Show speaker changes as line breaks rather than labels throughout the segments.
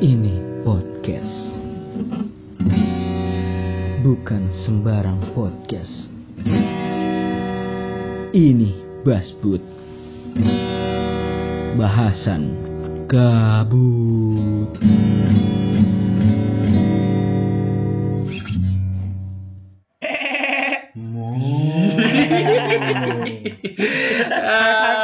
Ini podcast. Bukan sembarang podcast. Ini Basbud. Bahasan kabut.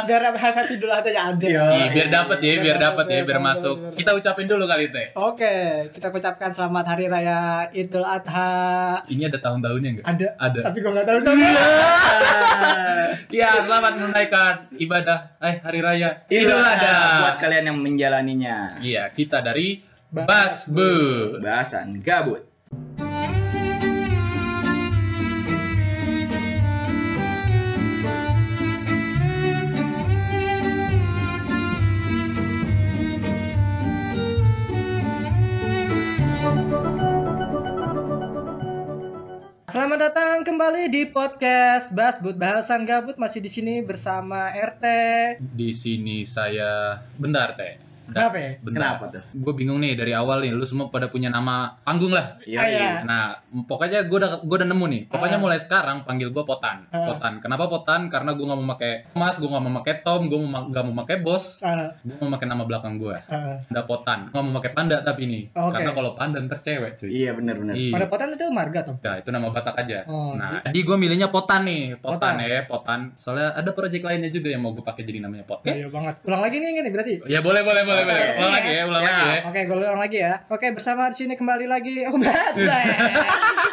Garap hafal dulu aja ada.
Iya, biar dapat ya, biar dapat
iya,
ya, biar masuk. Kita ucapin dulu kali teh.
Oke, kita ucapkan selamat Hari Raya Idul Adha.
Ini ada tahun-tahunnya enggak?
Ada,
Ada. Iya.
Tapi gue nggak tahu namanya.
Ya, selamat menunaikan ibadah eh hari raya
Iya,
Idul
buat
Adha.
kalian yang menjalaninya.
Iya, kita dari
Bas-
Basbu.
Bahasan gabut.
Selamat datang kembali di podcast Basbud Bahasan Gabut masih di sini bersama RT.
Di sini saya bentar teh.
Kenapa ya?
Kenapa tuh?
Gue bingung nih dari awal nih, lu semua pada punya nama panggung lah.
Iya,
Ah, iya.
Nah, pokoknya gue udah gue udah nemu nih. Pokoknya
Ah.
mulai sekarang panggil gue Potan.
Ah.
Potan. Kenapa Potan? Karena gue nggak mau pakai Mas, gue nggak mau pakai Tom, gue nggak mau pakai Bos.
Ah,
Gue mau pakai nama belakang gue.
ah.
Panda potan. Nggak mau pakai panda tapi ini.
Oh, Oke.
Karena kalau panda ntar cewek cuy.
Iya benar-benar.
Iya.
Pada potan itu marga tuh.
Nah, itu nama Batak aja.
Oh,
nah, jadi gue milihnya potan nih, potan,
Potan.
ya, potan. Soalnya ada proyek lainnya juga yang mau gue pakai jadi namanya pot.
Iya banget. Ulang lagi nih ini berarti.
Ya boleh boleh boleh
Oke,
boleh.
oke.
Ulang lagi ya, ulang
Ya.
lagi ya.
Oke, gue ulang lagi ya. Oke, bersama di sini kembali lagi. Oh,
Iya.
bahasa.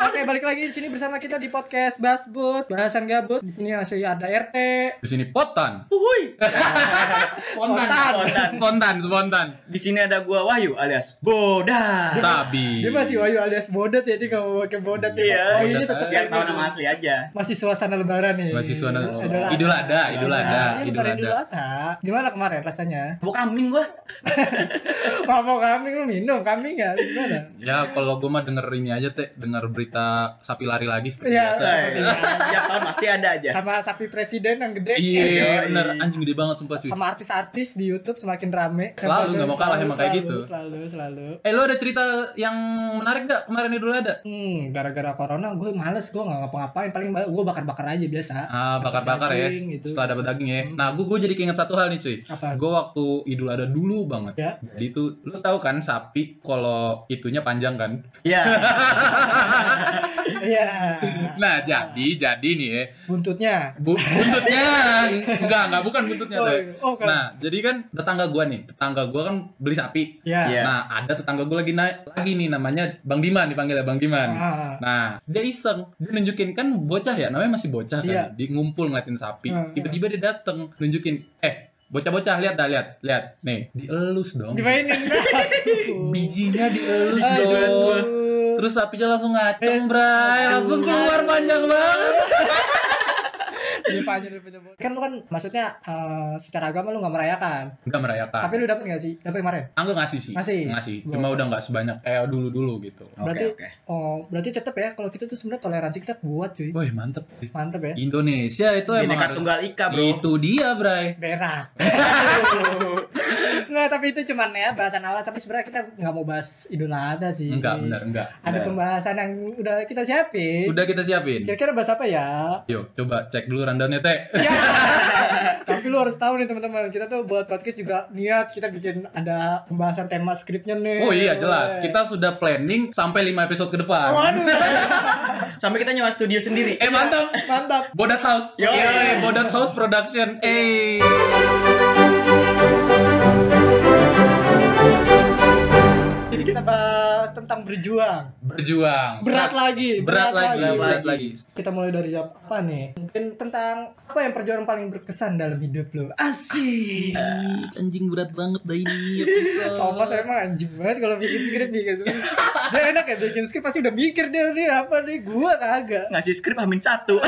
Oke, balik lagi di sini bersama kita di podcast Basbud, bahasan gabut. Di sini masih ada RT.
Di sini potan.
Uhuy.
Eh,
Spontan,
spontan.
spontan, spontan.
Di sini ada gua Wahyu alias Bodas.
Sabi.
Dia masih Wayu alias bodet jadi kalau pakai bodet
Iya,
Oh,
Hmm.
ini
bodet aja.
tetap
Biar tahu nama asli aja.
Masih suasana lebaran nih.
Masih suasana-
Suasana
Idul Adha, Idul Adha,
Iya,
Idul
lebaran Idul
Adha.
Adha. Gimana kemarin rasanya?
Mau kambing gua.
Mau mau kambing lu minum kambing ya? Gimana?
Ya kalau gue mah denger ini aja teh, denger berita sapi lari lagi seperti
Iya,
biasa.
seperti biasa.
Setiap Eh, tahun pasti ada aja.
Sama sapi presiden yang gede.
Iya,
Yoi.
bener. Anjing gede banget sumpah cuy.
sama artis-artis di YouTube semakin rame.
Selalu, nggak mau kalah
selalu,
emang kayak
selalu,
gitu.
Selalu, selalu.
Eh lu ada cerita yang menarik gak kemarin Idul Adha?
Hmm, gara-gara corona gue males, gue nggak ngapa-ngapain, paling ba- gue bakar-bakar aja biasa.
Ah, bakar-bakar ya.
Daging gitu.
Setelah dapat daging ya. Nah, gue gue jadi keinget satu hal nih, cuy.
Apa?
Gue waktu Idul Adha dulu banget.
Ya.
Jadi itu lu tahu kan sapi kalau itunya panjang kan?
Iya.
Iya.
Nah, jadi jadi nih ya.
Buntutnya.
Bu- buntutnya enggak, enggak bukan buntutnya.
Oh,
Teh.
oh, kalau-
Nah, jadi kan tetangga gua nih, tetangga gua kan beli sapi.
Iya.
Iya.
Nah, ada tetangga gua lagi naik lagi nih namanya Bang Diman dipanggilnya Bang Diman.
Ah.
Nah, dia iseng, dia nunjukin kan bocah ya, namanya masih bocah kan.
Iya.
Dia ngumpul ngeliatin sapi.
Ah,
Tiba-tiba dia dateng nunjukin, "Eh, bocah-bocah lihat dah, lihat, lihat. Nih, dielus dong.
Dimainin.
Bijinya dielus
Aduh.
dong." Terus sapinya langsung ngaceng, Bray. Langsung keluar panjang banget.
Dia panjang, dia panjang. Kan lu kan maksudnya eh, secara agama lu nggak merayakan.
Enggak merayakan.
Tapi lu dapat nggak sih? Dapat kemarin.
Angga ngasih sih.
Ngasih?
Cuma udah nggak sebanyak kayak dulu-dulu gitu.
Oke,
berarti
oke.
oh, berarti tetap ya kalau kita tuh sebenarnya toleransi kita buat cuy.
Wih, mantep.
Mantep
Iya.
ya.
Indonesia itu emang
Bineka
harus-
tunggal ika, Bro.
Itu dia, Bray.
berak. Nggak, tapi itu cuman ya bahasan awal. Tapi sebenarnya kita nggak mau bahas Idul Adha sih.
Enggak, benar, enggak.
Ada
Benar.
pembahasan yang udah kita siapin.
Udah kita siapin.
Kira-kira bahas apa ya?
Yuk, coba cek dulu rundownnya, Teh.
Ya. Tapi lu harus tahu nih teman-teman, kita tuh buat podcast juga niat kita bikin ada pembahasan tema skripnya nih.
Oh iya jelas, kita sudah planning sampai 5 episode ke depan.
Waduh,
Sampai kita nyewa studio sendiri.
Eh mantap.
mantap.
Bodat House.
Yo.
Yoi, Bodat House Production. Eh.
Jadi kita bahas tentang berjuang.
Berjuang.
Berat lagi,
Berat, lagi, berat
lagi.
lagi.
Kita mulai dari jawab apa nih? Mungkin tentang apa yang perjuangan paling berkesan dalam hidup lu? Asik.
anjing berat banget dah ini ya
Thomas emang anjing banget kalau bikin skrip bikin. dia enak ya bikin skrip pasti udah mikir dia nih apa nih gua kagak.
Eh, Ngasih skrip hamin satu.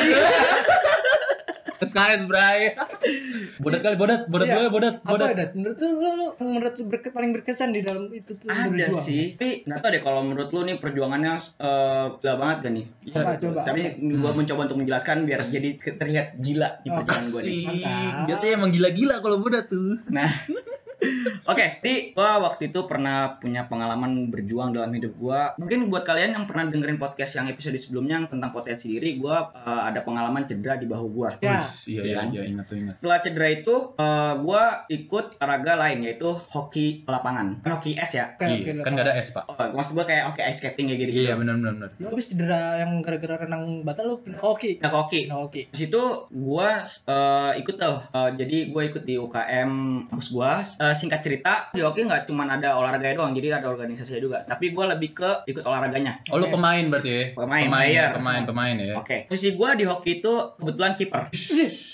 Sekarang bray. Bodat kali bodat, bodat
Iya.
boleh bodat, bodat.
Apa ya, Dat? Menurut lu, lu, lu- menurut lu berke- paling berkesan di dalam itu tuh
ada
berjuang?
sih. Tapi nggak tahu deh kalau menurut lu nih perjuangannya eh, gila banget gak nih?
Apa,
Iya,
coba.
Tapi gua mencoba untuk menjelaskan biar jadi terlihat gila di
Oh,
perjalanan gua nih.
Mantap.
Biasanya emang gila-gila kalau bodat tuh.
Nah, Oke, jadi gua waktu itu pernah punya pengalaman berjuang dalam hidup gua. Mungkin buat kalian yang pernah dengerin podcast yang episode sebelumnya yang tentang potensi diri, gua eh, ada pengalaman cedera di bahu gua.
Ya.
Wis, Iya, iya, iya, ingat tuh ingat.
Setelah cedera itu, eh, gua ikut olahraga lain yaitu hoki lapangan. Kan hoki es ya.
Oke, oke,
Iya, kan
lepas.
nggak ada es pak.
Oh, maksud gua kayak oke ice skating kayak gitu.
Iya, benar, benar, benar.
Lu habis cedera yang gara-gara renang batal lu pindah ke
Iya.
hoki.
Nah, ke hoki.
Pindah ke hoki.
Di situ gua eh, ikut tuh. Eh, jadi gua ikut di UKM kampus gua. Eh, singkat cerita, di hoki nggak cuma ada olahraga doang, jadi ada organisasinya juga. Tapi gua lebih ke ikut olahraganya.
Oh, lu pemain berarti ya?
Pemain, iya.
pemain,
player.
ya, pemain, pemain ya.
Oke. Posisi gua di hoki itu kebetulan kiper.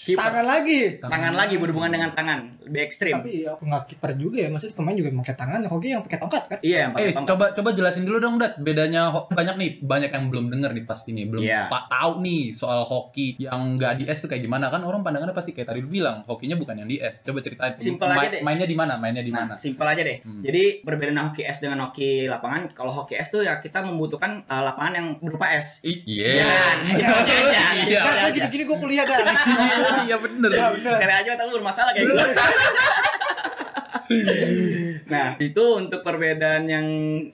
Kiper.
Tangan lagi.
Tangan, lagi berhubungan dengan tangan, lebih ekstrim.
Tapi ya nggak kiper juga ya, maksudnya pemain juga pakai tangan, Nah, hoki yang pakai tongkat kan?
Iya, yang pakai
Eh,
tongkat.
coba coba jelasin dulu dong, Dat. Bedanya ho- banyak nih, banyak yang belum denger nih pasti nih, belum
Iya.
pa- tahu nih soal hoki yang nggak di es tuh kayak gimana kan orang pandangannya pasti kayak tadi lu bilang, hokinya bukan yang di es. Coba ceritain.
Simpel aja deh.
Mainnya di mana? Mainnya di mana?
Nah, simpel aja deh.
Hmm.
Jadi perbedaan hoki es dengan hoki lapangan, kalau hoki es tuh ya kita membutuhkan eh, lapangan yang berupa es.
I-
Iya.
Iya.
Jangan, jangan,
Iya.
Kan,
jangan.
gua gini-gini gue kuliah dah.
Iya bener.
Kali aja otak lu bermasalah kayak gitu. nah, itu untuk perbedaan yang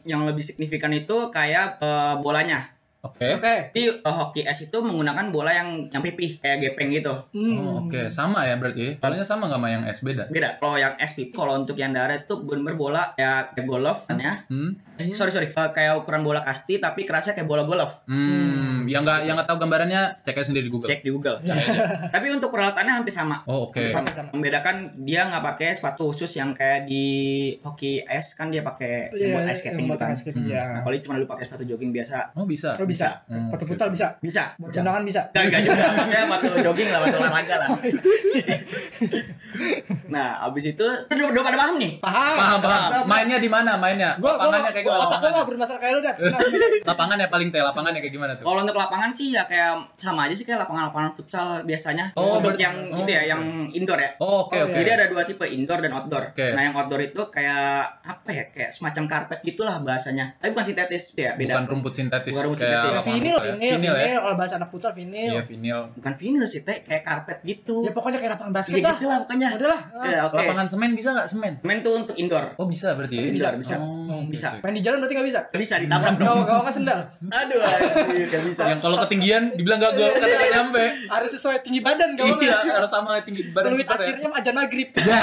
yang lebih signifikan itu kayak eh, bolanya.
Oke.
Oke.
Jadi eh, hoki es itu menggunakan bola yang yang pipih kayak gepeng gitu.
Hmm.
Oh, Oke, sama ya berarti. Palanya sama nggak sama yang es beda?
Beda. Kalau yang es pipih, kalau untuk yang darat itu bener bola ya kayak golf kan ya.
Hmm.
Eh, Sorry sorry, Eh, kayak ukuran bola kasti tapi kerasa kayak bola golf.
Hmm, yang nggak yang nggak tahu gambarannya cek aja sendiri di Google.
Cek di Google.
Cek aja.
Tapi untuk peralatannya hampir sama.
Oh oke.
Hampir sama. Membedakan dia nggak pakai sepatu khusus yang kayak di hoki es kan dia pakai
Iya,
yang buat ice
iya, yang
skating gitu
buat
kan.
ice skating,
Hmm.
ya.
Nah, Kalau cuma lu pakai sepatu jogging biasa.
Oh bisa.
Lo bisa.
Hmm,
Pakai
oke,
futsal
oke.
bisa.
Bisa.
Buat tendangan bisa.
Enggak, enggak juga. Maksudnya waktu jogging lah, waktu olahraga lah. nah, abis itu, udah, udah pada paham nih.
Paham.
Paham paham.
Kenapa?
Mainnya di mana? Mainnya.
Gua gua
Lapangannya kayak
gua- otak gua
gimana? Lapangannya.
nggak bermasalah kayak lu dah. Nah,
Lapangannya paling teh. Lapangannya kayak gimana
Oh,
tuh?
Kalau untuk lapangan sih ya kayak sama aja sih kayak lapangan-lapangan futsal biasanya.
Oh,
untuk
berarti-
yang
oh,
itu ya,
oke.
yang indoor ya.
Oh, Oke
Oh,
oke.
Jadi ada dua tipe indoor dan outdoor.
Oke.
Nah yang outdoor itu kayak apa ya? Kayak semacam karpet gitulah bahasanya. Tapi bukan sintetis ya,
Bukan
beda.
rumput sintetis.
Bukan rumput
kayak
sintetis.
lapangan
Vinil,
futsal
vinil,
ya. Vinil ya.
vinil. Kalau bahasa anak futsal vinil.
Iya vinil.
Bukan vinyl sih, teh kayak karpet gitu.
Ya pokoknya kayak lapangan basket
Kayak
lah.
gitu lah pokoknya.
Udah lah. Ah.
Iya.
Ya, oke.
Lapangan semen bisa nggak semen?
Main tuh untuk indoor.
Oh bisa berarti ya?
Bisa, bisa.
Oh, oke,
Bisa.
oke.
Main di jalan berarti nggak bisa.
Bisa ditabrak
Kalau
dong.
kalau nggak sendal.
Aduh, anjir, gak bisa.
Yang kalau ketinggian dibilang gagal karena nggak nyampe.
Harus sesuai tinggi badan kalau
Iya
nggak.
harus sama tinggi badan
Peluit
kita ya.
akhirnya aja maghrib.
Ya.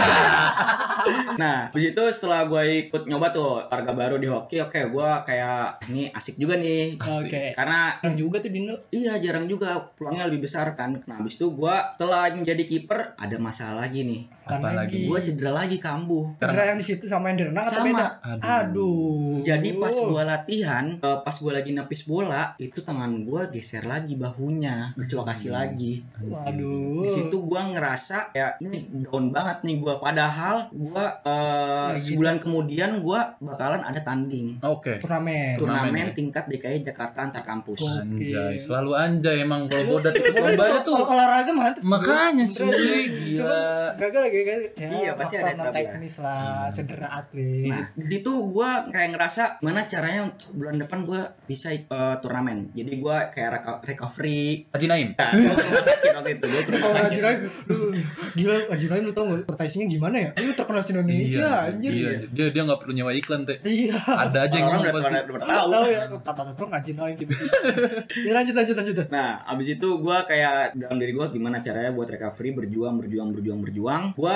Nah, habis itu setelah gue ikut nyoba tuh harga baru di hoki, oke gue kayak ini asik juga nih.
Asik.
Oke.
Karena
Yang juga tuh Dindo.
iya jarang juga peluangnya lebih besar kan. Nah, habis itu gue setelah menjadi kiper ada masalah lagi nih.
Apalagi.
Gue
Hmm.
cedera lagi kambuh.
Sekarang-
Cedera yang di situ sama yang di renang atau
Sama.
beda?
Aduh.
Aduh.
Jadi pas
Oh.
gue latihan, eh, pas gue lagi nepis bola, itu tangan gue geser lagi bahunya, dislokasi lagi.
Waduh.
Oh.
Di situ gue ngerasa ya ini down banget nih gue. Padahal gue eh,
Nah, gitu.
sebulan kemudian gue bakalan ada tanding.
Oke.
turnamen.
Eh, turnamen ya?
Turnamen
tingkat DKI Jakarta antar kampus.
Oke.
Anjay, selalu anjay emang kalau bodat itu
Boleh tuh,
lombanya tuh.
kalau olahraga mantep.
Makanya
Sebenernya.
sih gila.
Cuman gagal lagi gagal. Ya,
Iya, pasti
faktor
ada
non
tabla.
teknis lah, cedera
iya.
atlet.
Nah, di situ gue kayak ngerasa mana caranya untuk bulan depan gue bisa eh, turnamen. Jadi gue kayak reka- recovery.
Haji Naim.
Nah, gue ke rumah sakit waktu itu. Gue ke rumah
Kalau
sakit.
Rajin Raim, lu- gila Rajin Raim lu tau gak advertisingnya gimana ya? Lu terkenal di Indonesia anjir.
Iya, dia dia nggak perlu nyewa iklan teh.
Iya.
Ada aja yang ngomong
Orang udah
pasti.
udah- udah tahu.
Tahu ya, tata terus Rajin Raim gitu. Ya lanjut lanjut lanjut.
Nah, abis itu gue kayak dalam diri gue gimana caranya buat recovery, berjuang, berjuang, berjuang, berjuang. Gue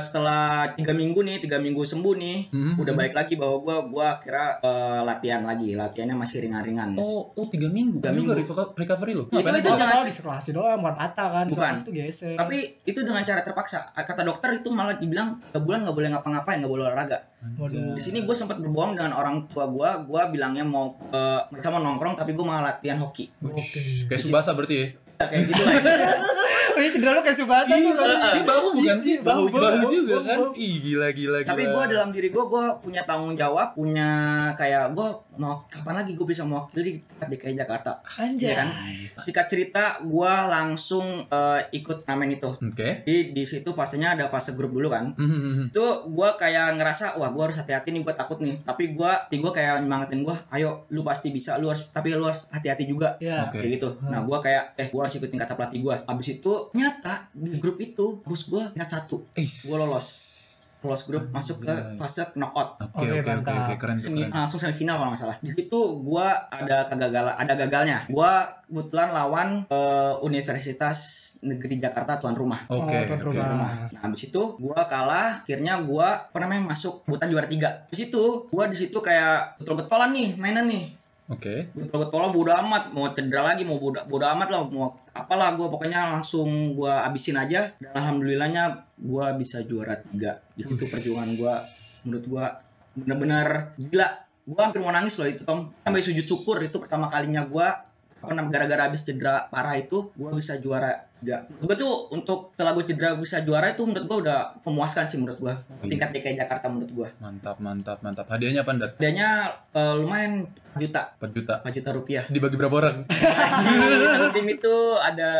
setelah tiga minggu nih, tiga minggu sembuh nih,
Mhm.
udah baik lagi bahwa gue gue kira eh, latihan lagi, latihannya masih ringan-ringan.
Oh, oh tiga minggu.
Tiga
Tiga minggu
minggu.
reco- recovery lo.
Itu- itu
Itu
jangan-
jangan diserlasi doang, bukan patah kan.
Bukan.
Diserlasi tuh geser.
Tapi itu dengan cara terpaksa. Kata dokter itu malah dibilang tiga bulan nggak boleh ngapa-ngapain, nggak boleh olahraga.
Waduh.
Di sini gue sempat berbohong dengan orang tua gue. Gue bilangnya mau eh, mereka mau nongkrong, tapi gue malah latihan hoki.
Oke.
Kayak subasa berarti ya.
Ya, Kayak gitu lah.
Oh, iya cedera lu kayak subatan lu.
kan?
Iya.
bahu bukan sih? Bahu,
Bahu, bahu,
bahu juga
bahu,
kan?
bahu.
Ih, gila gila gila.
tapi gue dalam diri gue, gue punya tanggung jawab, punya kayak gue mau kapan lagi gue bisa mewakili tingkat DKI Jakarta.
Anjay.
Ya,
Iya kan? Jika cerita, gue langsung eh, ikut turnamen itu.
Oke.
Jadi di situ fasenya ada fase grup dulu kan.
Mhm, mhm.
itu gue kayak ngerasa wah gue harus hati-hati nih gue takut nih tapi gue gue kayak nyemangatin gue ayo lu pasti bisa lu harus tapi lu harus hati-hati juga
Iya.
Oke.
kayak gitu nah gue kayak eh gue harus ikutin kata pelatih gue abis itu nyata di grup itu bos gue nyat satu
Eh.
gue lolos lolos grup masuk ke
Anjay.
fase knockout
Oke oke
Oke,
oke
mantap.
oke keren
Semi-
keren.
langsung semifinal kalau nggak salah. Di situ gue ada kegagalan, ada gagalnya. Gue kebetulan lawan eh, Universitas Negeri Jakarta tuan rumah.
Oke
tuan
oke.
rumah.
Rumah. Nah, habis itu gue kalah, akhirnya gue pernah main masuk hutan juara tiga. Di situ gue di situ kayak betul-betulan nih mainan nih.
Oke.
Betul-betulan bodo amat, mau cedera lagi, mau bodo, bodo amat lah, mau apalah gue pokoknya langsung gue abisin aja. Dan alhamdulillahnya gue bisa juara tiga. Di situ perjuangan gue, menurut gue benar-benar gila. Gue hampir mau nangis loh itu Tom. Sampai sujud syukur itu pertama kalinya gue gara-gara habis cedera parah itu gue bisa juara tiga. Gue tuh untuk setelah gue cedera bisa juara itu menurut gue udah memuaskan sih menurut gue tingkat DKI Jakarta menurut gue.
Mantap mantap mantap. Hadiahnya apa Ndat?
Adanya eh, lumayan juta,
4 juta.
4 juta rupiah.
Dibagi berapa orang?
Di satu tim itu ada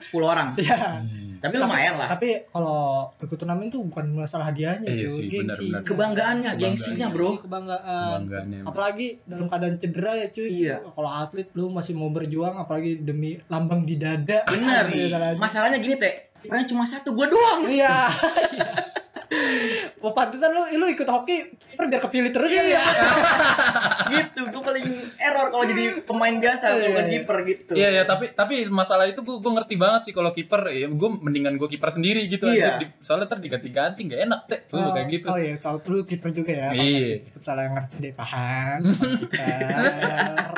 10 orang.
Iya.
Ih,
Tapi lumayan lah.
Tapi kalau ikut turnamen tuh bukan masalah hadiahnya,
Iya
cuy.
sih,
Gengsi.
benar-benar. iya.
Kebanggaannya,
Kebanggaan.
gengsinya bro.
Kebanggaan.
Kebanggaannya.
Apalagi dalam keadaan cedera ya, cuy.
Iya.
Kalau atlet lu masih mau berjuang apalagi demi lambang di dada.
iya. Bener.
Asli, caranya.
Masalahnya gini teh. Karena cuma satu, gue doang.
Iya. Wah, pantesan lu lu ikut hoki kiper biar kepilih terus ya.
Iya. gitu, gue paling error kalau jadi pemain biasa, kalau bukan kiper gitu.
Iya ya, tapi tapi masalah itu gue ngerti banget sih kalau kiper, ya, gue mendingan gue kiper sendiri gitu
Iya.
aja. Di- Soalnya ntar diganti-ganti gak enak teh, tuh kayak gitu.
Oh iya, kalau lu kiper juga ya.
Iya.
Sebut salah yang ngerti deh paham. sama kiper.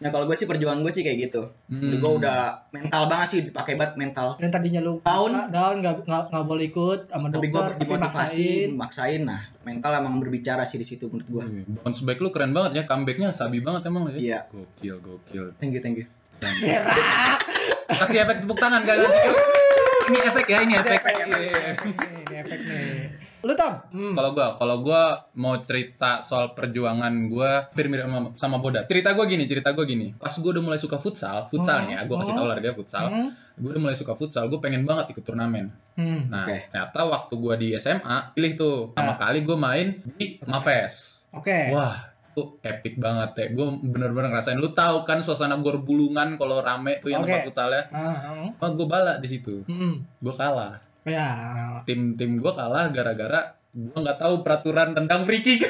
Nah kalau gue sih perjuangan gue sih kayak gitu.
Hmm.
Gue udah mental banget sih, dipakai banget mental.
Yang tadinya lu
Down.
down, down nggak nggak nggak boleh ikut sama dokter,
Tapi gue
tapi,
dimotivasi,
maksain.
maksain. Nah mental emang berbicara sih di situ menurut gue.
Wih, Bounce back lu keren banget ya, comebacknya sabi banget emang ya.
Iya.
Gokil, gokil.
Thank you, thank you.
Kasih efek tepuk tangan kalian. ini efek ya, ini efek. Iya.
Nih, ini efek nih. Lu Tom? Hmm.
Kalau gua, kalau gua mau cerita soal perjuangan gua hampir mirip sama, sama Boda. Cerita gua gini, cerita gua gini. Pas gua udah mulai suka futsal, futsalnya, gua kasih tau lah dia futsal.
Hmm.
Gua udah mulai suka futsal, gua pengen banget ikut turnamen.
Hmm.
Nah,
Oke.
ternyata waktu gua di SMA, pilih tuh pertama kali gua main di Mafes.
Oke.
Wah, itu epic banget ya. Gua bener-bener ngerasain. Lu tahu kan suasana gor bulungan kalau rame tuh yang
Oke.
tempat futsalnya.
Ah, ah.
Wah, gua bala di situ.
Hmm.
Gua kalah.
Ya.
Tim tim gua kalah gara-gara gua nggak tahu peraturan tentang free kick.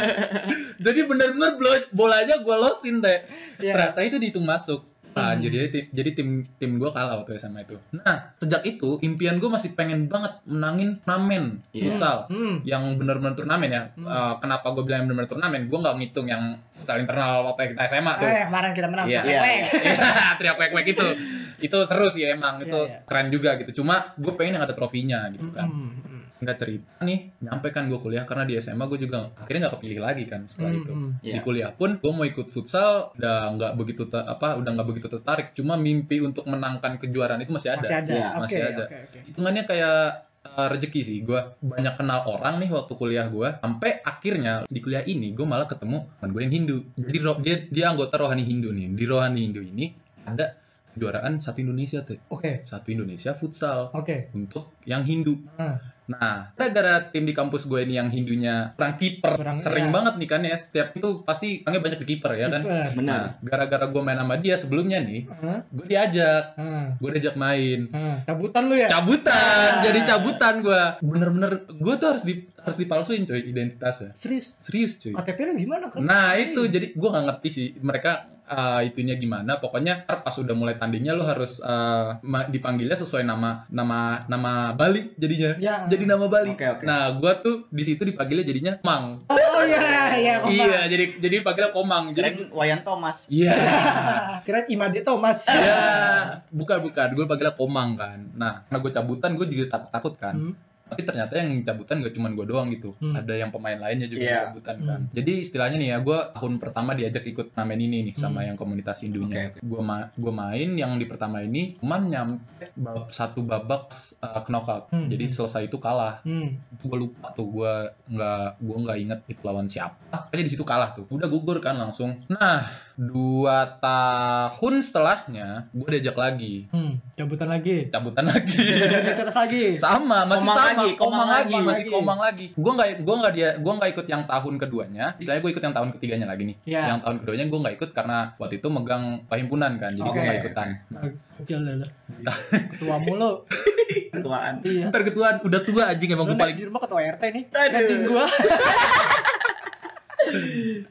Jadi bener-bener blo- bolanya gua losin deh.
Iya. Hmm.
Ternyata itu dihitung masuk. Nah, jadi tim, jadi tim tim gue kalah waktu SMA itu. Nah, sejak itu impian gue masih pengen banget menangin turnamen
Iya.
futsal
Hmm.
yang benar-benar turnamen ya. Eh, kenapa gue bilang yang benar-benar turnamen? Gue nggak ngitung yang futsal internal waktu kita SMA tuh.
Eh, kemarin kita menang.
Iya.
Weng, weng.
Iya, teriak wek-wek itu. Itu seru sih emang, itu
Iya, iya.
keren juga gitu. Cuma gue pengen yang ada trofinya gitu kan.
Hmm, hmm.
Nggak cerita nih, nyampe kan gue kuliah karena di SMA gue juga akhirnya nggak kepilih lagi kan setelah
Hmm,
itu.
hmm.
Di
Iya.
kuliah pun gue mau ikut futsal udah nggak begitu ter- apa udah nggak begitu tertarik. Cuma mimpi untuk menangkan kejuaraan itu masih ada.
Masih ada.
Iya,
Oke,
masih ada.
oke, oke.
Hitungannya kayak uh, rezeki sih. Gue banyak kenal orang nih waktu kuliah gue. Sampai akhirnya di kuliah ini gue malah ketemu teman gue yang Hindu. Jadi ro- dia, dia anggota rohani Hindu nih. Di rohani Hindu ini ada kejuaraan satu Indonesia tuh.
Oke.
Satu Indonesia futsal
Oke.
untuk yang Hindu.
Ah.
Nah, gara-gara tim di kampus gue ini yang Hindunya orang kiper
Orang-
sering
iya.
banget nih kan ya. Setiap itu pasti orangnya banyak ke kiper ya kan.
Kiper.
Benar.
Nah, gara-gara gue main sama dia sebelumnya nih,
Ah,
gue diajak,
ah,
gue diajak main
ah. Cabutan lu ya?
cabutan
Ah.
jadi cabutan gue bener-bener gue tuh harus di harus dipalsuin coy identitasnya
Serius?
serius cuy
KTP lu gimana kan?
Iya. nah itu jadi gue nggak ngerti sih mereka uh, itunya gimana pokoknya ntar pas udah mulai tandingnya lo harus uh, ma- dipanggilnya sesuai nama nama nama Bali jadinya
Ya.
jadi nama Bali
Oke, oke.
nah gue tuh di situ dipanggilnya jadinya Mang
Oh iya, iya, kompak.
iya jadi jadi dipanggilnya Komang jadi
Keren Wayan Thomas.
iya
Ah, Kira Imade Thomas.
Ya, bukan bukan. Gue panggilnya Komang kan. Nah, karena gue cabutan, gue juga takut takut kan.
Hmm.
Tapi ternyata yang cabutan gak cuman gue doang gitu.
Hmm.
Ada yang pemain lainnya juga
Iya.
yang cabutan kan. Jadi istilahnya nih ya, gue tahun pertama diajak ikut turnamen ini nih sama
Hmm.
yang komunitas Indunya. Gue ma- gue main yang di pertama ini, cuman nyampe bab- satu babak uh, knockout.
Hmm.
Jadi selesai itu kalah.
Hmm.
Gue lupa tuh gue nggak gue nggak inget itu lawan siapa. Pokoknya di situ kalah tuh. Udah gugur kan langsung. Nah, dua tahun setelahnya gue diajak lagi
Hmm, cabutan lagi.
cabutan lagi
terus lagi
sama masih
Komang
sama
lagi,
komang,
komang
lagi,
lagi.
masih komang lagi gue nggak gue nggak dia gue nggak ikut yang tahun keduanya istilahnya gue ikut yang tahun ketiganya lagi nih
Ya.
yang tahun keduanya gue nggak ikut karena waktu itu megang perhimpunan kan jadi gue
Oke.
nggak ikutan
Kecil dulu.
Iya.
Ketua mulu.
ketuaan
Iya.
ntar ketuaan udah tua anjing emang
lu
gue paling
paling di rumah ketua RT nih
Aduh.
gantiin gua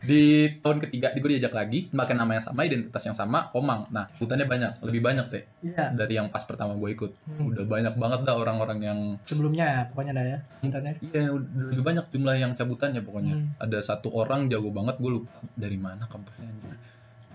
di tahun ketiga gue diajak lagi pakai nama yang sama identitas yang sama komang nah hutannya banyak lebih banyak deh
Iya.
dari yang pas pertama gue ikut
Hmm,
udah banyak banget dah orang-orang yang
Sebelumnya pokoknya dah ya. Cabutannya.
iya udah lebih banyak jumlah yang cabutannya pokoknya
Hmm.
ada satu orang jago banget gue lupa dari mana kampusnya anjing.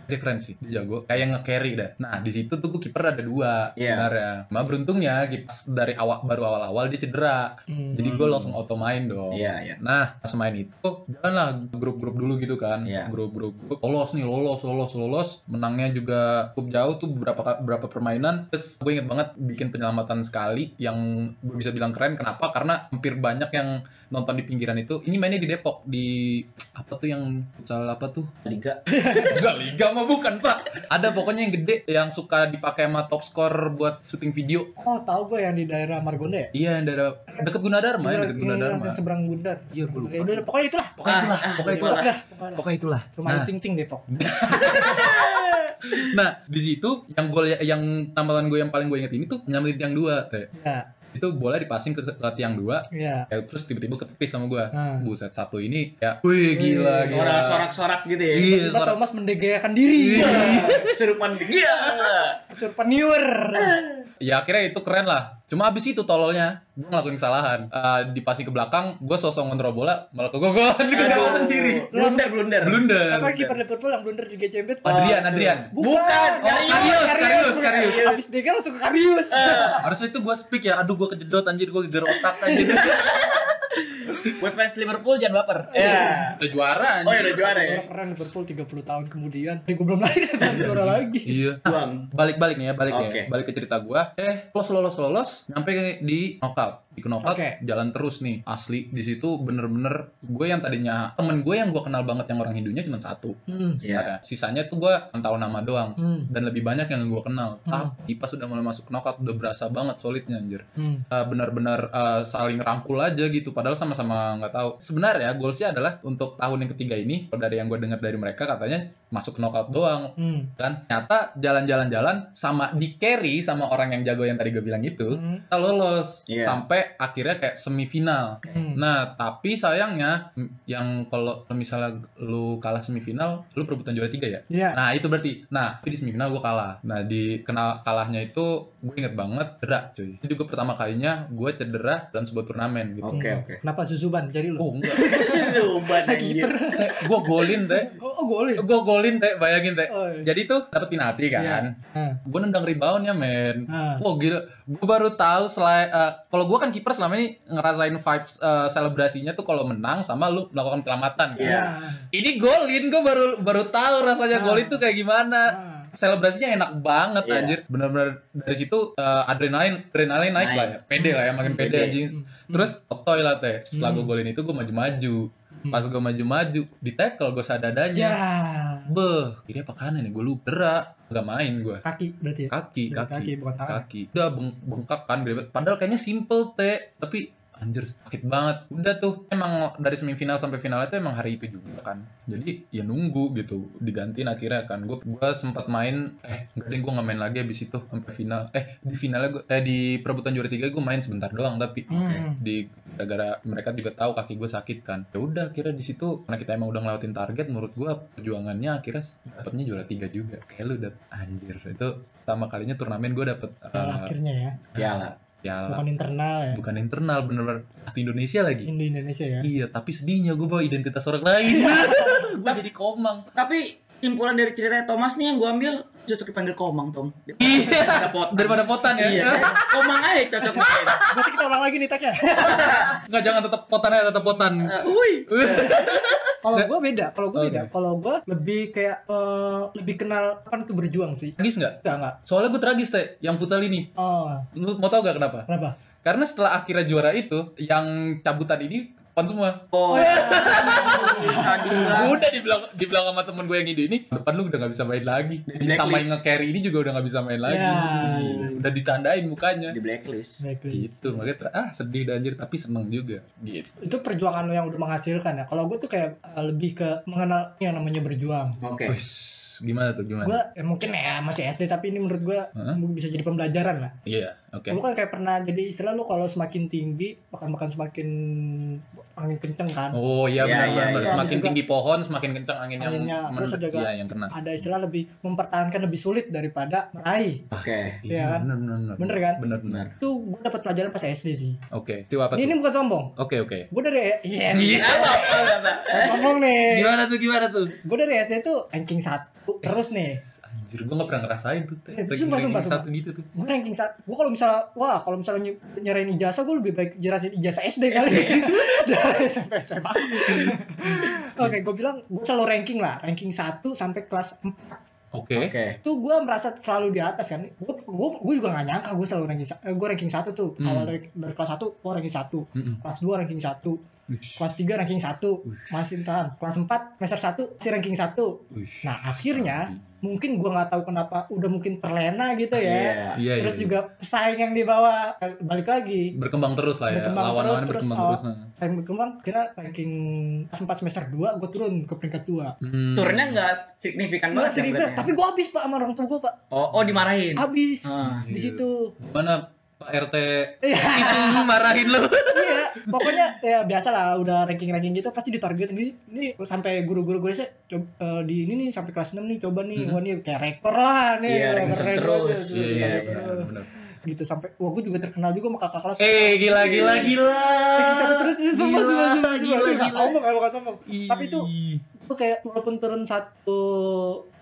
dia keren sih dia jago kayak nge-carry dah nah di situ tuh gue kiper ada dua
Iya.
sebenarnya cuma beruntungnya kipas dari awal baru awal-awal dia cedera
Hmm.
jadi gue langsung auto main dong
iya iya
Nah, pas main itu jalanlah grup-grup dulu gitu kan.
Iya.
Grup-grup grup. lolos nih, lolos, lolos, lolos. Menangnya juga cukup jauh tuh beberapa beberapa permainan. Terus gue inget banget bikin penyelamatan sekali yang gue bisa bilang keren. Kenapa? Karena hampir banyak yang nonton di pinggiran itu. Ini mainnya di Depok di apa tuh yang futsal apa tuh?
liga
Enggak liga mah bukan, Pak. Ada pokoknya yang gede yang suka dipakai sama top score buat syuting video.
Oh, tahu gue yang di daerah Margonda ya?
Iya, yang daerah dekat Gunadarma, ya,
Iya,
dekat
iya,
Gunadarma.
yang seberang Gundar.
Iya, gue lupa.
Ya udah, pokoknya itulah.
Pokoknya itulah,
Ah, ah,
pokoknya itulah.
Udah, pokoknya.
Pokoknya itulah.
Rumah
Nah,
Ting Ting Depok.
Nah, di situ yang gol ya, yang tampilan gue yang paling gue inget ini tuh nyelamatin tiang dua, teh.
Iya,
Itu bola dipassing ke, ke tiang dua,
iya.
kayak terus tiba-tiba ketepis sama gue.
Hmm.
Buset satu ini kayak, wih gila, gila.
sorak sorak sorak gitu ya
Iya,
Tiba
sorak.
Thomas mendegayakan diri.
serupan gila
Surpreneur.
Ya akhirnya itu keren lah. Cuma abis itu tololnya, gue ngelakuin kesalahan. Eh dipassing ke belakang, gue sosok ngontrol bola, malah kegogolan ke gawang sendiri.
blunder blunder
Blunder.
Siapa kiper Liverpool yang blunder di Liga Champions?
Adrian, Adrian.
Bukan,
Oh, Karius, Iya.
Karius, Karius. Eh.
Habis Dega kan langsung ke Karius.
Harusnya itu gue speak ya, aduh gue kejedot anjir, gue geger otak anjir.
buat fans Liverpool jangan baper
udah juara
iya,
anjir.
Iya. oh ya udah juara ya
Orang keren Liverpool 30 tahun kemudian. Tapi gue belum lahir, belum juara lagi.
Iya.
buang
balik-balik nih ya balik
Oke.
ya balik ke cerita gua eh lolos lolos lolos nyampe ke- di knockout di knockout
Oke.
jalan terus nih asli di situ bener-bener gue yang tadinya temen gue yang gue kenal banget yang orang Hindunya cuma satu
Hmm.
Iya.
Nah, sisanya tuh gue tahu nama doang
Hmm.
dan lebih banyak yang gue kenal
Hmm.
tapi pas udah mulai masuk knockout udah berasa banget solidnya anjir
Hmm.
Eh, benar-benar eh, saling rangkul aja gitu padahal sama-sama nggak tahu sebenarnya goalsnya adalah untuk tahun yang ketiga ini dari yang gue dengar dari mereka katanya masuk knockout doang
Hmm.
kan ternyata jalan-jalan-jalan sama di carry sama orang yang jago yang tadi gue bilang itu
Hmm.
kita lolos
Iya.
sampai akhirnya kayak semifinal
Hmm.
nah tapi sayangnya m- yang kalau misalnya lu kalah semifinal lu perebutan juara tiga ya
Iya.
nah itu berarti nah tapi di semifinal gue kalah nah di kena kalahnya itu gue inget banget cedera cuy itu juga pertama kalinya gue cedera dalam sebuah turnamen gitu
oke oke
Kenapa Zuzuban jadi lu?
oh enggak
Zubat anjir
teh gue golin teh
Oh, oh golin.
gue golin teh bayangin teh
Oh, iya.
jadi tuh dapet penalti kan
Hah.
gue nendang rebound ya men
Ah.
Wah gila, gue baru tahu selain eh, kalau gue kan kiper selama ini ngerasain vibes eh, selebrasinya tuh kalau menang sama lu melakukan penyelamatan kan.
Iya.
Ini golin, gue baru baru tahu rasanya
Ah.
golin tuh kayak gimana.
Ah.
Selebrasinya enak banget
Iya.
anjir. Bener-bener dari situ eh, adrenalin adrenalin naik,
Naik.
lah ya. Pede lah ya, makin
Pede.
pede, anjing.
Hmm.
Terus otoy lah teh. Setelah gue golin itu gue maju-maju. Pas gue maju-maju, di tackle gue
Hmm. Ya.
sadadanya. Beh, kiri apa kanan ya? Gue lupa. Gak main gue
Kaki berarti ya.
kaki
Dari
kaki
kaki, Ah. bukan tangan.
kaki udah beng- bengkak kan gede banget. padahal kayaknya simple teh tapi anjir sakit banget udah tuh emang dari semifinal sampai final itu emang hari itu juga kan jadi ya nunggu gitu digantiin akhirnya kan gue gua sempat main eh enggak deh gue nggak main lagi abis itu sampai final eh di finalnya gua, eh di perebutan juara tiga gue main sebentar doang tapi
Hmm.
di gara-gara mereka juga tahu kaki gue sakit kan ya udah akhirnya di situ karena kita emang udah ngelewatin target menurut gue perjuangannya akhirnya dapatnya juara tiga juga kayak lu udah anjir itu pertama kalinya turnamen gue dapet
Piala
uh,
akhirnya ya.
piala
piala
Bukan internal ya.
bukan internal bener-bener satu Indonesia lagi
Ini di Indonesia ya.
iya tapi sedihnya gue bawa identitas orang lain gue jadi komang
tapi simpulan dari cerita Thomas nih yang gue ambil cocok dipanggil komang Tom
Iya.
pot
daripada potan ya
iya kan? komang aja cocok main
Berarti kita ulang lagi nih ya? tagnya.
nggak jangan tetap potan ya tetap potan
Uy.
Kalau gue beda, kalau gue
Nah, Oke.
beda. Kalau gue lebih kayak eh, lebih kenal kan ke berjuang sih.
tragis nggak
Enggak enggak.
soalnya gue tragis teh yang futsal ini
Oh,
lu mau tau gak kenapa
kenapa?
Karena setelah akhirnya juara itu, yang cabutan ini depan semua.
Oh, sadis
Ah.
banget.
Udah dibilang dibilang sama temen gue yang Hindu ini, depan lu udah nggak bisa main lagi. Jadi sama yang
blacklist.
nge-carry ini juga udah nggak bisa main
Ya.
lagi. Udah ditandain mukanya.
Di blacklist.
Gitu, makanya ter- ah sedih dan anjir tapi seneng juga. Gitu.
itu perjuangan lo yang udah menghasilkan ya kalau gue tuh kayak eh, lebih ke mengenal yang namanya
Nah.
berjuang
Oke.
Wis, gimana tuh gimana?
gue ya mungkin ya masih SD tapi ini menurut gue
Hah?
bisa jadi pembelajaran lah
Iya, oke.
Lu kan kayak pernah jadi selalu kalau semakin tinggi makan makan semakin angin kenceng kan
Oh iya
Iya,
benar
iya,
benar.
iya.
Semakin
Juga-
tinggi pohon, semakin kencang angin yang
Anginnya,
men-
terus juga-
iya, yang kena.
ada istilah lebih mempertahankan lebih sulit daripada meraih
Oke.
Iya kan?
Benar benar benar.
Bener kan?
Benar benar.
itu gue dapat pelajaran pas SD sih
Oke, itu apa
ini, ini
tuh?
bukan sombong
Oke oke.
gue dari iya
Apa, apa, apa?
sombong nih
Gimana tuh gimana tuh?
gue dari SD tuh ranking satu terus nih
Anjir, gue gak pernah ngerasain tuh.
Eh,
Ranking-
sumpah,
ranking
sumpah, sumpah.
Satu gitu tuh.
gue ranking satu gue kalau misalnya wah kalau misalnya ny- nyerahin ijazah gue lebih baik jelasin ijazah SD kali dari SMP SMA oke gue bilang gue selalu ranking lah ranking 1 sampai kelas 4
Oke.
Oke.
tuh gue merasa selalu di atas kan gue gue, gue juga gak nyangka gue selalu ranking gue ranking 1 tuh
Hmm.
awal dari, dari kelas 1 gue ranking 1
Mm-mm.
kelas 2 ranking 1 kelas 3 ranking 1 masih tahan kelas 4 semester 1 si ranking 1
Wih.
nah
Ah,
akhirnya mungkin gue nggak tahu kenapa udah mungkin terlena gitu ya
Iya, iya,
terus
iya.
juga pesaing yang dibawa eh, balik lagi
berkembang terus lah ya.
Berkembang
Lawan-lawan
terus, oh.
berkembang
terus,
terus. nah.
yang berkembang kira ranking sempat semester 2 gue turun ke peringkat 2
Hmm.
Turnya nggak signifikan
Enggak
banget ya
sih Ribet,
berarti.
tapi gue habis pak sama orang tua gue pak
Oh, oh dimarahin.
habis
Ah,
iya.
di situ
Mana Pak RT
Iya,
itu marahin lu?
iya, pokoknya ya biasa lah udah ranking-ranking gitu pasti ditarget ini, ini sampai guru-guru gue sih coba eh, di ini nih sampai kelas 6 nih coba nih
Mhm.
wah nih kayak rektor lah nih
Iya, rektor
rektor-rektor
terus.
aja,
Iya, iya,
gitu.
benar, benar.
gitu sampai wah gue juga terkenal juga sama kakak kelas
Eh, gila gila gila.
Tapi terus sumpah sumpah sumpah sumpah
gila,
Ini nggak
gila.
sombong ya, bukan sombong tapi itu
Ih.
itu kayak walaupun turun satu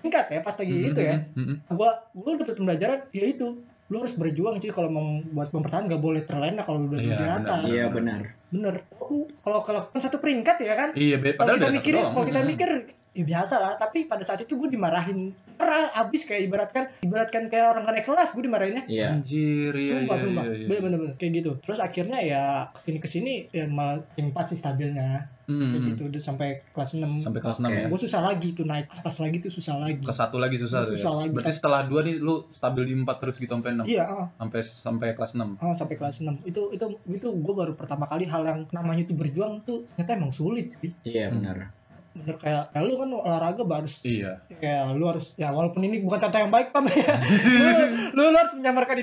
tingkat ya pas lagi
Mm-mm,
itu ya
mm-mm.
gua gua dapet pembelajaran ya itu lu harus berjuang cuy kalau mau buat mempertahankan gak boleh terlena kalau udah
Iya,
di
benar.
atas
Iya benar.
bener Lu kalau kalau kan satu peringkat ya kan
Iya, be- padahal
kalau kita
biasa
mikir
doang. Hmm.
kalau kita
Mm-mm.
mikir ya biasa lah tapi pada saat itu gue dimarahin parah abis kayak ibaratkan ibaratkan kayak orang naik kelas gue dimarahinnya
Iya.
Anjir, iya,
sumpah
iya,
sumpah
iya, iya.
bener-bener kayak gitu terus akhirnya ya kesini kesini ya malah empat sih stabilnya
Mm-mm.
kayak gitu udah sampai kelas 6
Hmm. Sampai kelas 6
Oke.
ya.
gue susah lagi tuh naik atas lagi tuh susah lagi
Ke satu lagi susah, tuh ya.
Susah lagi.
Berarti setelah dua nih lu stabil di empat terus gitu sampai enam.
iya ah.
Sampai sampai kelas enam.
Ah, sampai kelas 6 itu itu itu gue baru pertama kali hal yang namanya itu berjuang tuh ternyata emang sulit sih
Iya benar.
bener kayak ya lu kan olahraga harus
Iya.
ya lu harus ya walaupun ini bukan contoh yang baik pam ya lu, lu harus menyamarkan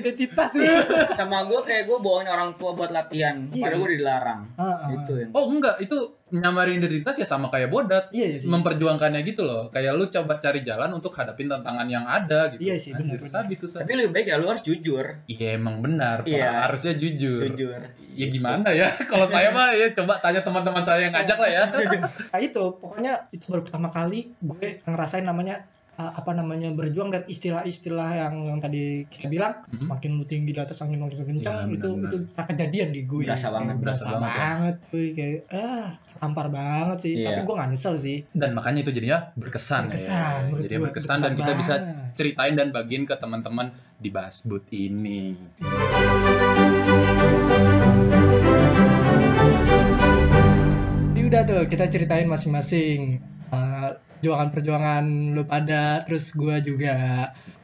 identitas gitu.
Sama gue kayak gue bohongin orang tua buat latihan,
Iya.
padahal gue dilarang. Gitu ya.
Ah, ah.
Itu yang.
Oh enggak, itu nyamarin identitas ya sama kayak bodat.
iya iya sih
memperjuangkannya gitu loh. Kayak lu coba cari jalan untuk hadapin tantangan yang ada gitu.
Iya sih,
Anjir,
benar-benar.
sabi tuh sabi.
Tapi lebih baik ya lu harus jujur.
Iya emang benar, Pak.
Iya.
harusnya jujur.
Jujur.
Ya gimana ya? Kalau saya mah ya coba tanya teman-teman saya yang ngajak lah ya.
nah itu pokoknya itu baru pertama kali gue ngerasain namanya uh, apa namanya berjuang dan istilah-istilah yang, yang tadi kita bilang
Mhm.
makin lu tinggi di atas angin makin kencang
Iya,
itu
benar-benar.
itu pernah kejadian di gue
Berasa
Kayak
banget,
berasa,
berasa banget ya.
banget gue kayak ah tampar banget sih
Iya.
tapi gue gak nyesel sih
Dan makanya itu jadinya berkesan,
Berkesan,
ya.
menurut
Jadi
gua
berkesan, dan
berkesan
kita bisa
banget.
ceritain dan bagiin ke teman-teman di Basbud ini.
Jadi udah tuh kita ceritain masing-masing uh, perjuangan-perjuangan lu pada terus gue juga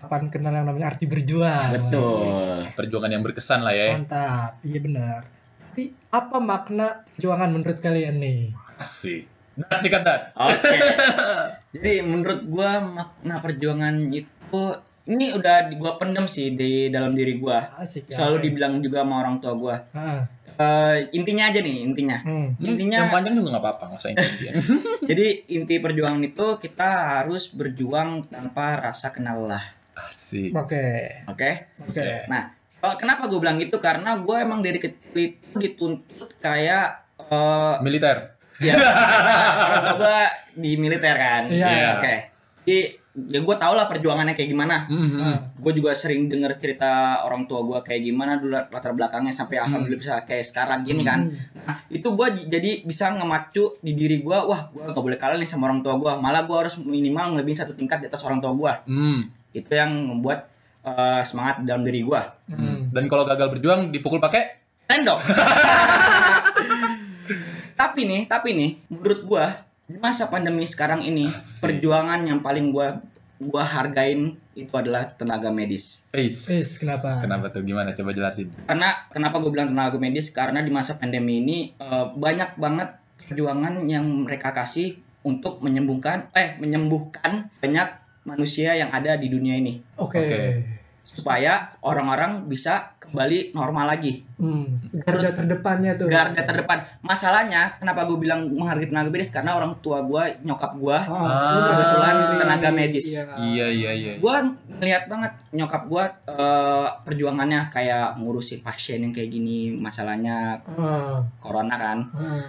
kapan kenal yang namanya arti berjuang
Betul.
Perjuangan yang berkesan lah
Eh.
ya.
Mantap, iya benar. Tapi apa makna perjuangan menurut kalian nih?
Asik. Dan sikat Nah, dan.
Oke. Jadi menurut gue makna perjuangan itu ini udah gue pendem sih di dalam diri gue.
Asik ya.
Selalu dibilang juga sama orang tua gue.
Ah,
Eh, intinya aja nih intinya.
hmm.
Hmm,
Intinya-
yang panjang juga nggak apa-apa, nggak usah intinya.
Jadi inti perjuangan itu kita harus berjuang tanpa rasa kenal lelah.
Asik.
Oke,
Oke?
oke.
Nah, kalau kenapa gue bilang gitu? Karena gue emang dari kecil itu dituntut kayak eh
Militer.
ya orang tua gue di militer kan.
Iya.
Oke. Jadi ya gue tau lah perjuangannya kayak gimana.
Mhm.
Ah,
Gue juga sering denger cerita orang tua gue kayak gimana dulu latar belakangnya
Hmm.
sampai alhamdulillah bisa kayak sekarang gini kan.
Hmm.
Nah, itu gue j- jadi bisa ngemacu di diri gue, wah gue gak boleh kalah nih sama orang tua gue. Malah gue harus minimal ngelebihin satu tingkat di atas orang tua gue.
Hmm.
Itu yang membuat eh, semangat dalam diri gue.
Hmm.
Dan kalau gagal berjuang dipukul pakai
Tendok. Tapi tapi nih tapi nih menurut gua di masa pandemi sekarang ini
Asik.
perjuangan yang paling gua gua hargain itu adalah tenaga medis
Eis.
Eis, kenapa?
Kenapa tuh? Gimana? Coba jelasin.
karena kenapa gue bilang tenaga medis karena di masa pandemi ini eh, banyak banget perjuangan yang mereka kasih untuk menyembuhkan eh menyembuhkan banyak manusia yang ada di dunia ini
Oke.
Oke.
supaya orang-orang bisa kembali normal lagi
Hmm, garda terdepannya tuh.
garda terdepan masalahnya kenapa gue bilang menghargai tenaga medis karena orang tua gue nyokap gue
Ah,
Ah.
kebetulan
ini.
tenaga medis.
Ah.
Iya, iya, iya.
gue ngeliat banget nyokap gue perjuangannya kayak ngurusin pasien yang kayak gini masalahnya
Ah,
corona kan
ah,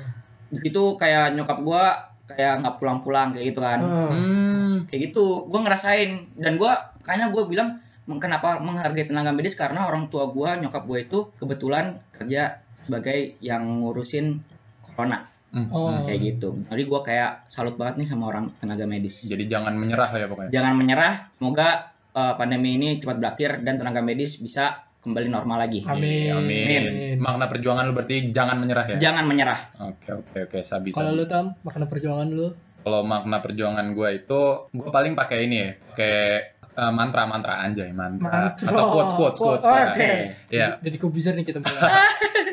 itu kayak nyokap gua kayak nggak pulang-pulang kayak gitu kan
ah.
Hmm.
kayak gitu gua ngerasain dan gua kayaknya gua bilang "Meng- kenapa menghargai tenaga medis karena orang tua gua nyokap gua itu kebetulan kerja sebagai yang ngurusin corona
Hmm.
Oh.
kayak gitu jadi gua kayak salut banget nih sama orang tenaga medis
Jadi jangan menyerah lah ya pokoknya.
jangan menyerah semoga eh, pandemi ini cepat berakhir dan tenaga medis bisa kembali normal lagi
Amin.
Iya, Amin. Makna perjuangan lu berarti jangan menyerah ya.
jangan menyerah
Oke, oke, oke. Sabi,
Kalau
sabi.
lu tam, makna perjuangan lu?
Kalau makna perjuangan gue itu, gue paling pakai ini ya, kayak mantra-mantra anjay, mantra.
Mantra.
Atau quotes, quotes, quotes.
Oke.
Ya,
Iya.
Jadi kubizar nih kita mulai.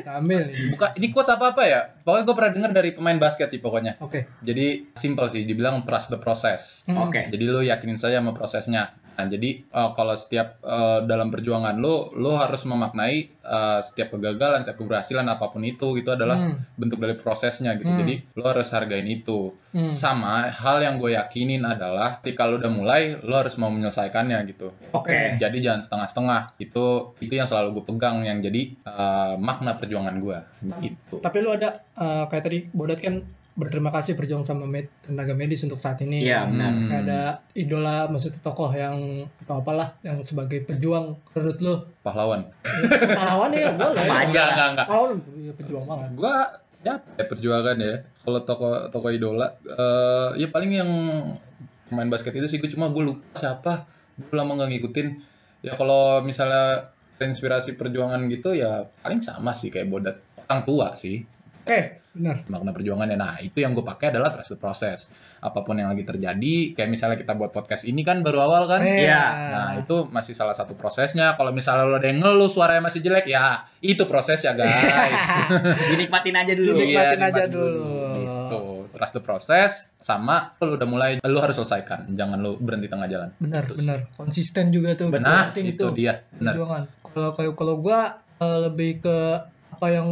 kita ambil nih.
Bukan, ini quotes apa apa ya? Pokoknya gue pernah dengar dari pemain basket sih pokoknya.
Oke.
Jadi simple sih, dibilang trust the process.
Hmm.
oke
Jadi lo yakinin saja sama prosesnya. Nah, jadi eh, kalau setiap eh, dalam perjuangan lo, lo harus memaknai eh, setiap kegagalan, setiap keberhasilan apapun itu, itu adalah
Hmm.
bentuk dari prosesnya gitu.
Hmm.
Jadi lo harus hargain itu.
Hmm.
Sama hal yang gue yakinin adalah ketika lo udah mulai, lo harus mau menyelesaikannya gitu.
oke
Jadi jangan setengah-setengah. Itu itu yang selalu gue pegang yang jadi eh, makna perjuangan gue gitu.
Tapi lu ada eh, kayak tadi Bodat kan berterima kasih berjuang sama med- tenaga medis untuk saat ini.
Iya, benar.
Hmm.
Kayak ada idola maksudnya tokoh yang atau apalah yang sebagai pejuang menurut lu
pahlawan.
pahlawan ya boleh.
Apa aja?
Enggak, enggak, enggak.
Pahlawan ya, pejuang banget.
Gua ya ya, perjuangan ya. Kalau toko toko idola eh ya paling yang main basket itu sih gue cuma gue lupa siapa. Gue lama nggak ngikutin. Ya kalau misalnya inspirasi perjuangan gitu ya paling sama sih kayak bodat orang tua sih
Oke, Eh, benar.
makna perjuangan ya. Nah itu yang gue pakai adalah trust the process. Apapun yang lagi terjadi, kayak misalnya kita buat podcast ini kan baru awal kan.
Eh,
Iya.
Nah itu masih salah satu prosesnya. Kalau misalnya lo ada yang ngeluh suaranya masih jelek, ya itu proses ya guys.
dinikmatin aja dulu
Dinikmatin
Iya,
aja
nikmatin
dulu.
Gitu. Trust the process sama lu udah mulai lu harus selesaikan. Jangan lu berhenti tengah jalan.
Benar,
Itu
benar. Konsisten juga tuh.
Nah,
penting
itu
tuh.
dia. Benar.
perjuangan. Kalau kalau kalau gua eh, lebih ke apa yang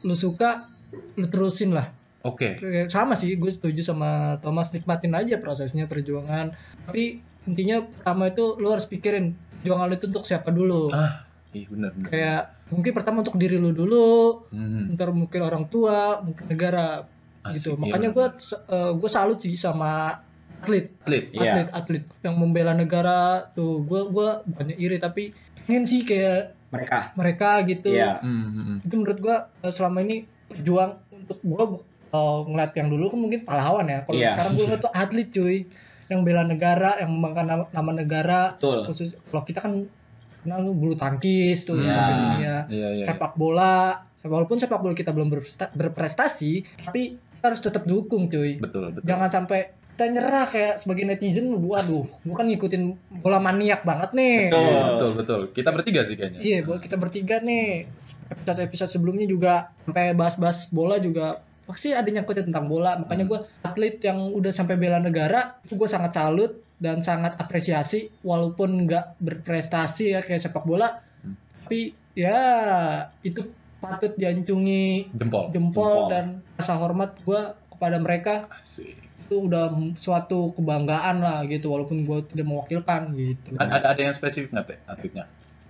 lu suka lu terusin lah.
Oke.
Kayak Eh, sama sih gue setuju sama Thomas nikmatin aja prosesnya perjuangan. Tapi intinya pertama itu lu harus pikirin perjuangan lu itu untuk siapa dulu.
Ah, iya benar benar.
Kayak mungkin pertama untuk diri lu dulu,
Hmm.
ntar mungkin orang tua, mungkin negara
Asik,
gitu.
iya
Makanya
benar.
gua gue salut sih sama atlet
Atlet.
Iya.
atlet-atlet yang membela negara tuh gue gua bukannya iri tapi pengen sih kayak
mereka
mereka gitu
Iya.
Hmm, hmm, hmm.
itu menurut gua eh, selama ini berjuang untuk gua eh, ngeliat yang dulu kan mungkin pahlawan ya kalau
Iya.
sekarang gua ngeliat tuh atlet cuy yang bela negara yang membanggakan nama, nama negara
betul
khusus kalau kita kan kenal lu bulu tangkis tuh
Iya.
sampai dunia
Iya, iya. iya.
sepak bola walaupun sepak bola kita belum berpresta- berprestasi tapi kita harus tetap dukung cuy
Betul, betul.
jangan sampai kita nyerah kayak sebagai netizen waduh gua kan ngikutin bola maniak banget nih
Betul.
Iya, betul, betul. Kita bertiga sih kayaknya.
eh. iya buat kita bertiga nih episode episode sebelumnya juga sampai bahas-bahas bola juga pasti ada nyangkutnya tentang bola makanya gua atlet yang udah sampai bela negara itu gue sangat salut dan sangat apresiasi walaupun nggak berprestasi ya kayak sepak bola
Hmm.
tapi ya itu patut diancungi
Jempol.
jempol,
Jempol.
dan rasa hormat gua kepada mereka
Asik.
itu udah suatu kebanggaan lah gitu walaupun gue tidak mewakilkan gitu
Ada ada, ada yang spesifik nggak teh atletnya?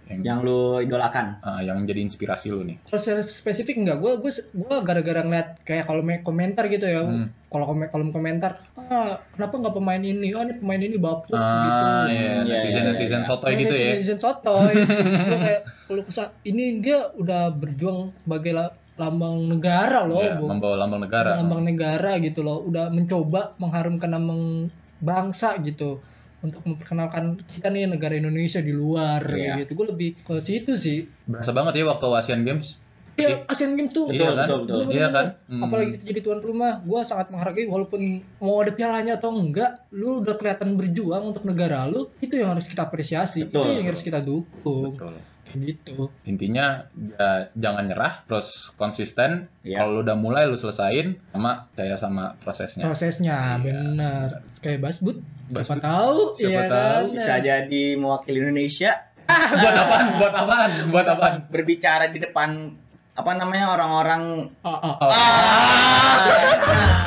Yang,
yang lu idolakan
ah, yang jadi inspirasi lu nih.
kalau secara spesifik enggak gue gue gue gara-gara ngeliat kayak kalau me- komentar gitu ya
Hmm.
kalau komen kolom komentar ah kenapa nggak pemain ini oh ini pemain ini bapuk gitu
Ah, iya,
Iya,
netizen
iya,
netizen
iya.
sotoy gitu ya.
netizen sotoy gue gitu. kayak kalau kesal ini dia udah berjuang sebagai la- lambang negara loh
Iya,
Bu.
membawa lambang negara.
lambang negara gitu loh udah mencoba mengharumkan nama bangsa gitu untuk memperkenalkan kita nih negara Indonesia di luar
Iya.
gitu gue lebih ke situ sih
Berasa banget ya waktu Asian Games.
Iya, Asian Games tuh.
Iya kan?
betul, betul.
Iya kan? Hmm.
Apalagi kita jadi tuan rumah, gue sangat menghargai walaupun mau ada pialanya atau enggak, lu udah kelihatan berjuang untuk negara lu, itu yang harus kita apresiasi, itu
Betul.
yang harus kita dukung.
Betul.
Kayak gitu.
intinya ya, jangan nyerah terus konsisten
Iya.
kalau lu udah mulai lu selesain sama saya sama prosesnya
Prosesnya
Iya.
bener. Kayak basbut, siapa
Basbut.
tahu,
Siapa
iya
tahu.
kan?
Bisa jadi mewakili Indonesia
buat apaan buat apaan buat apaan
berbicara di depan apa namanya orang-orang
Ah,
Oh.
ah,
Ah.